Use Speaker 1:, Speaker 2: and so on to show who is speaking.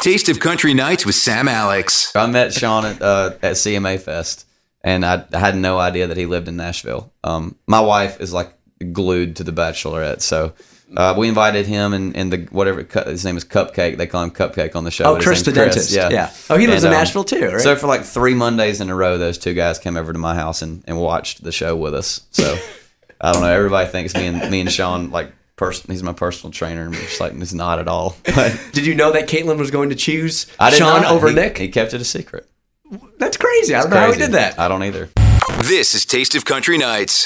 Speaker 1: Taste of Country Nights with Sam Alex.
Speaker 2: I met Sean at, uh, at CMA Fest, and I, I had no idea that he lived in Nashville. Um, my wife is like glued to the Bachelorette, so uh, we invited him and, and the whatever cu- his name is Cupcake. They call him Cupcake on the show.
Speaker 3: Oh,
Speaker 2: but his
Speaker 3: Chris
Speaker 2: name's
Speaker 3: the dentist. Yeah. Oh, he lives in Nashville too, right?
Speaker 2: um, So for like three Mondays in a row, those two guys came over to my house and, and watched the show with us. So I don't know. Everybody thinks me and me and Sean like person. He's my personal trainer, and it's like it's not at all. But
Speaker 3: Did you know that Caitlin was going to choose
Speaker 2: I did
Speaker 3: Sean
Speaker 2: not.
Speaker 3: over
Speaker 2: He-
Speaker 3: Nick?
Speaker 2: He kept it a secret.
Speaker 3: That's crazy. I don't know how he
Speaker 2: Crazy.
Speaker 3: did that.
Speaker 2: I don't either.
Speaker 1: This is Taste of Country Nights.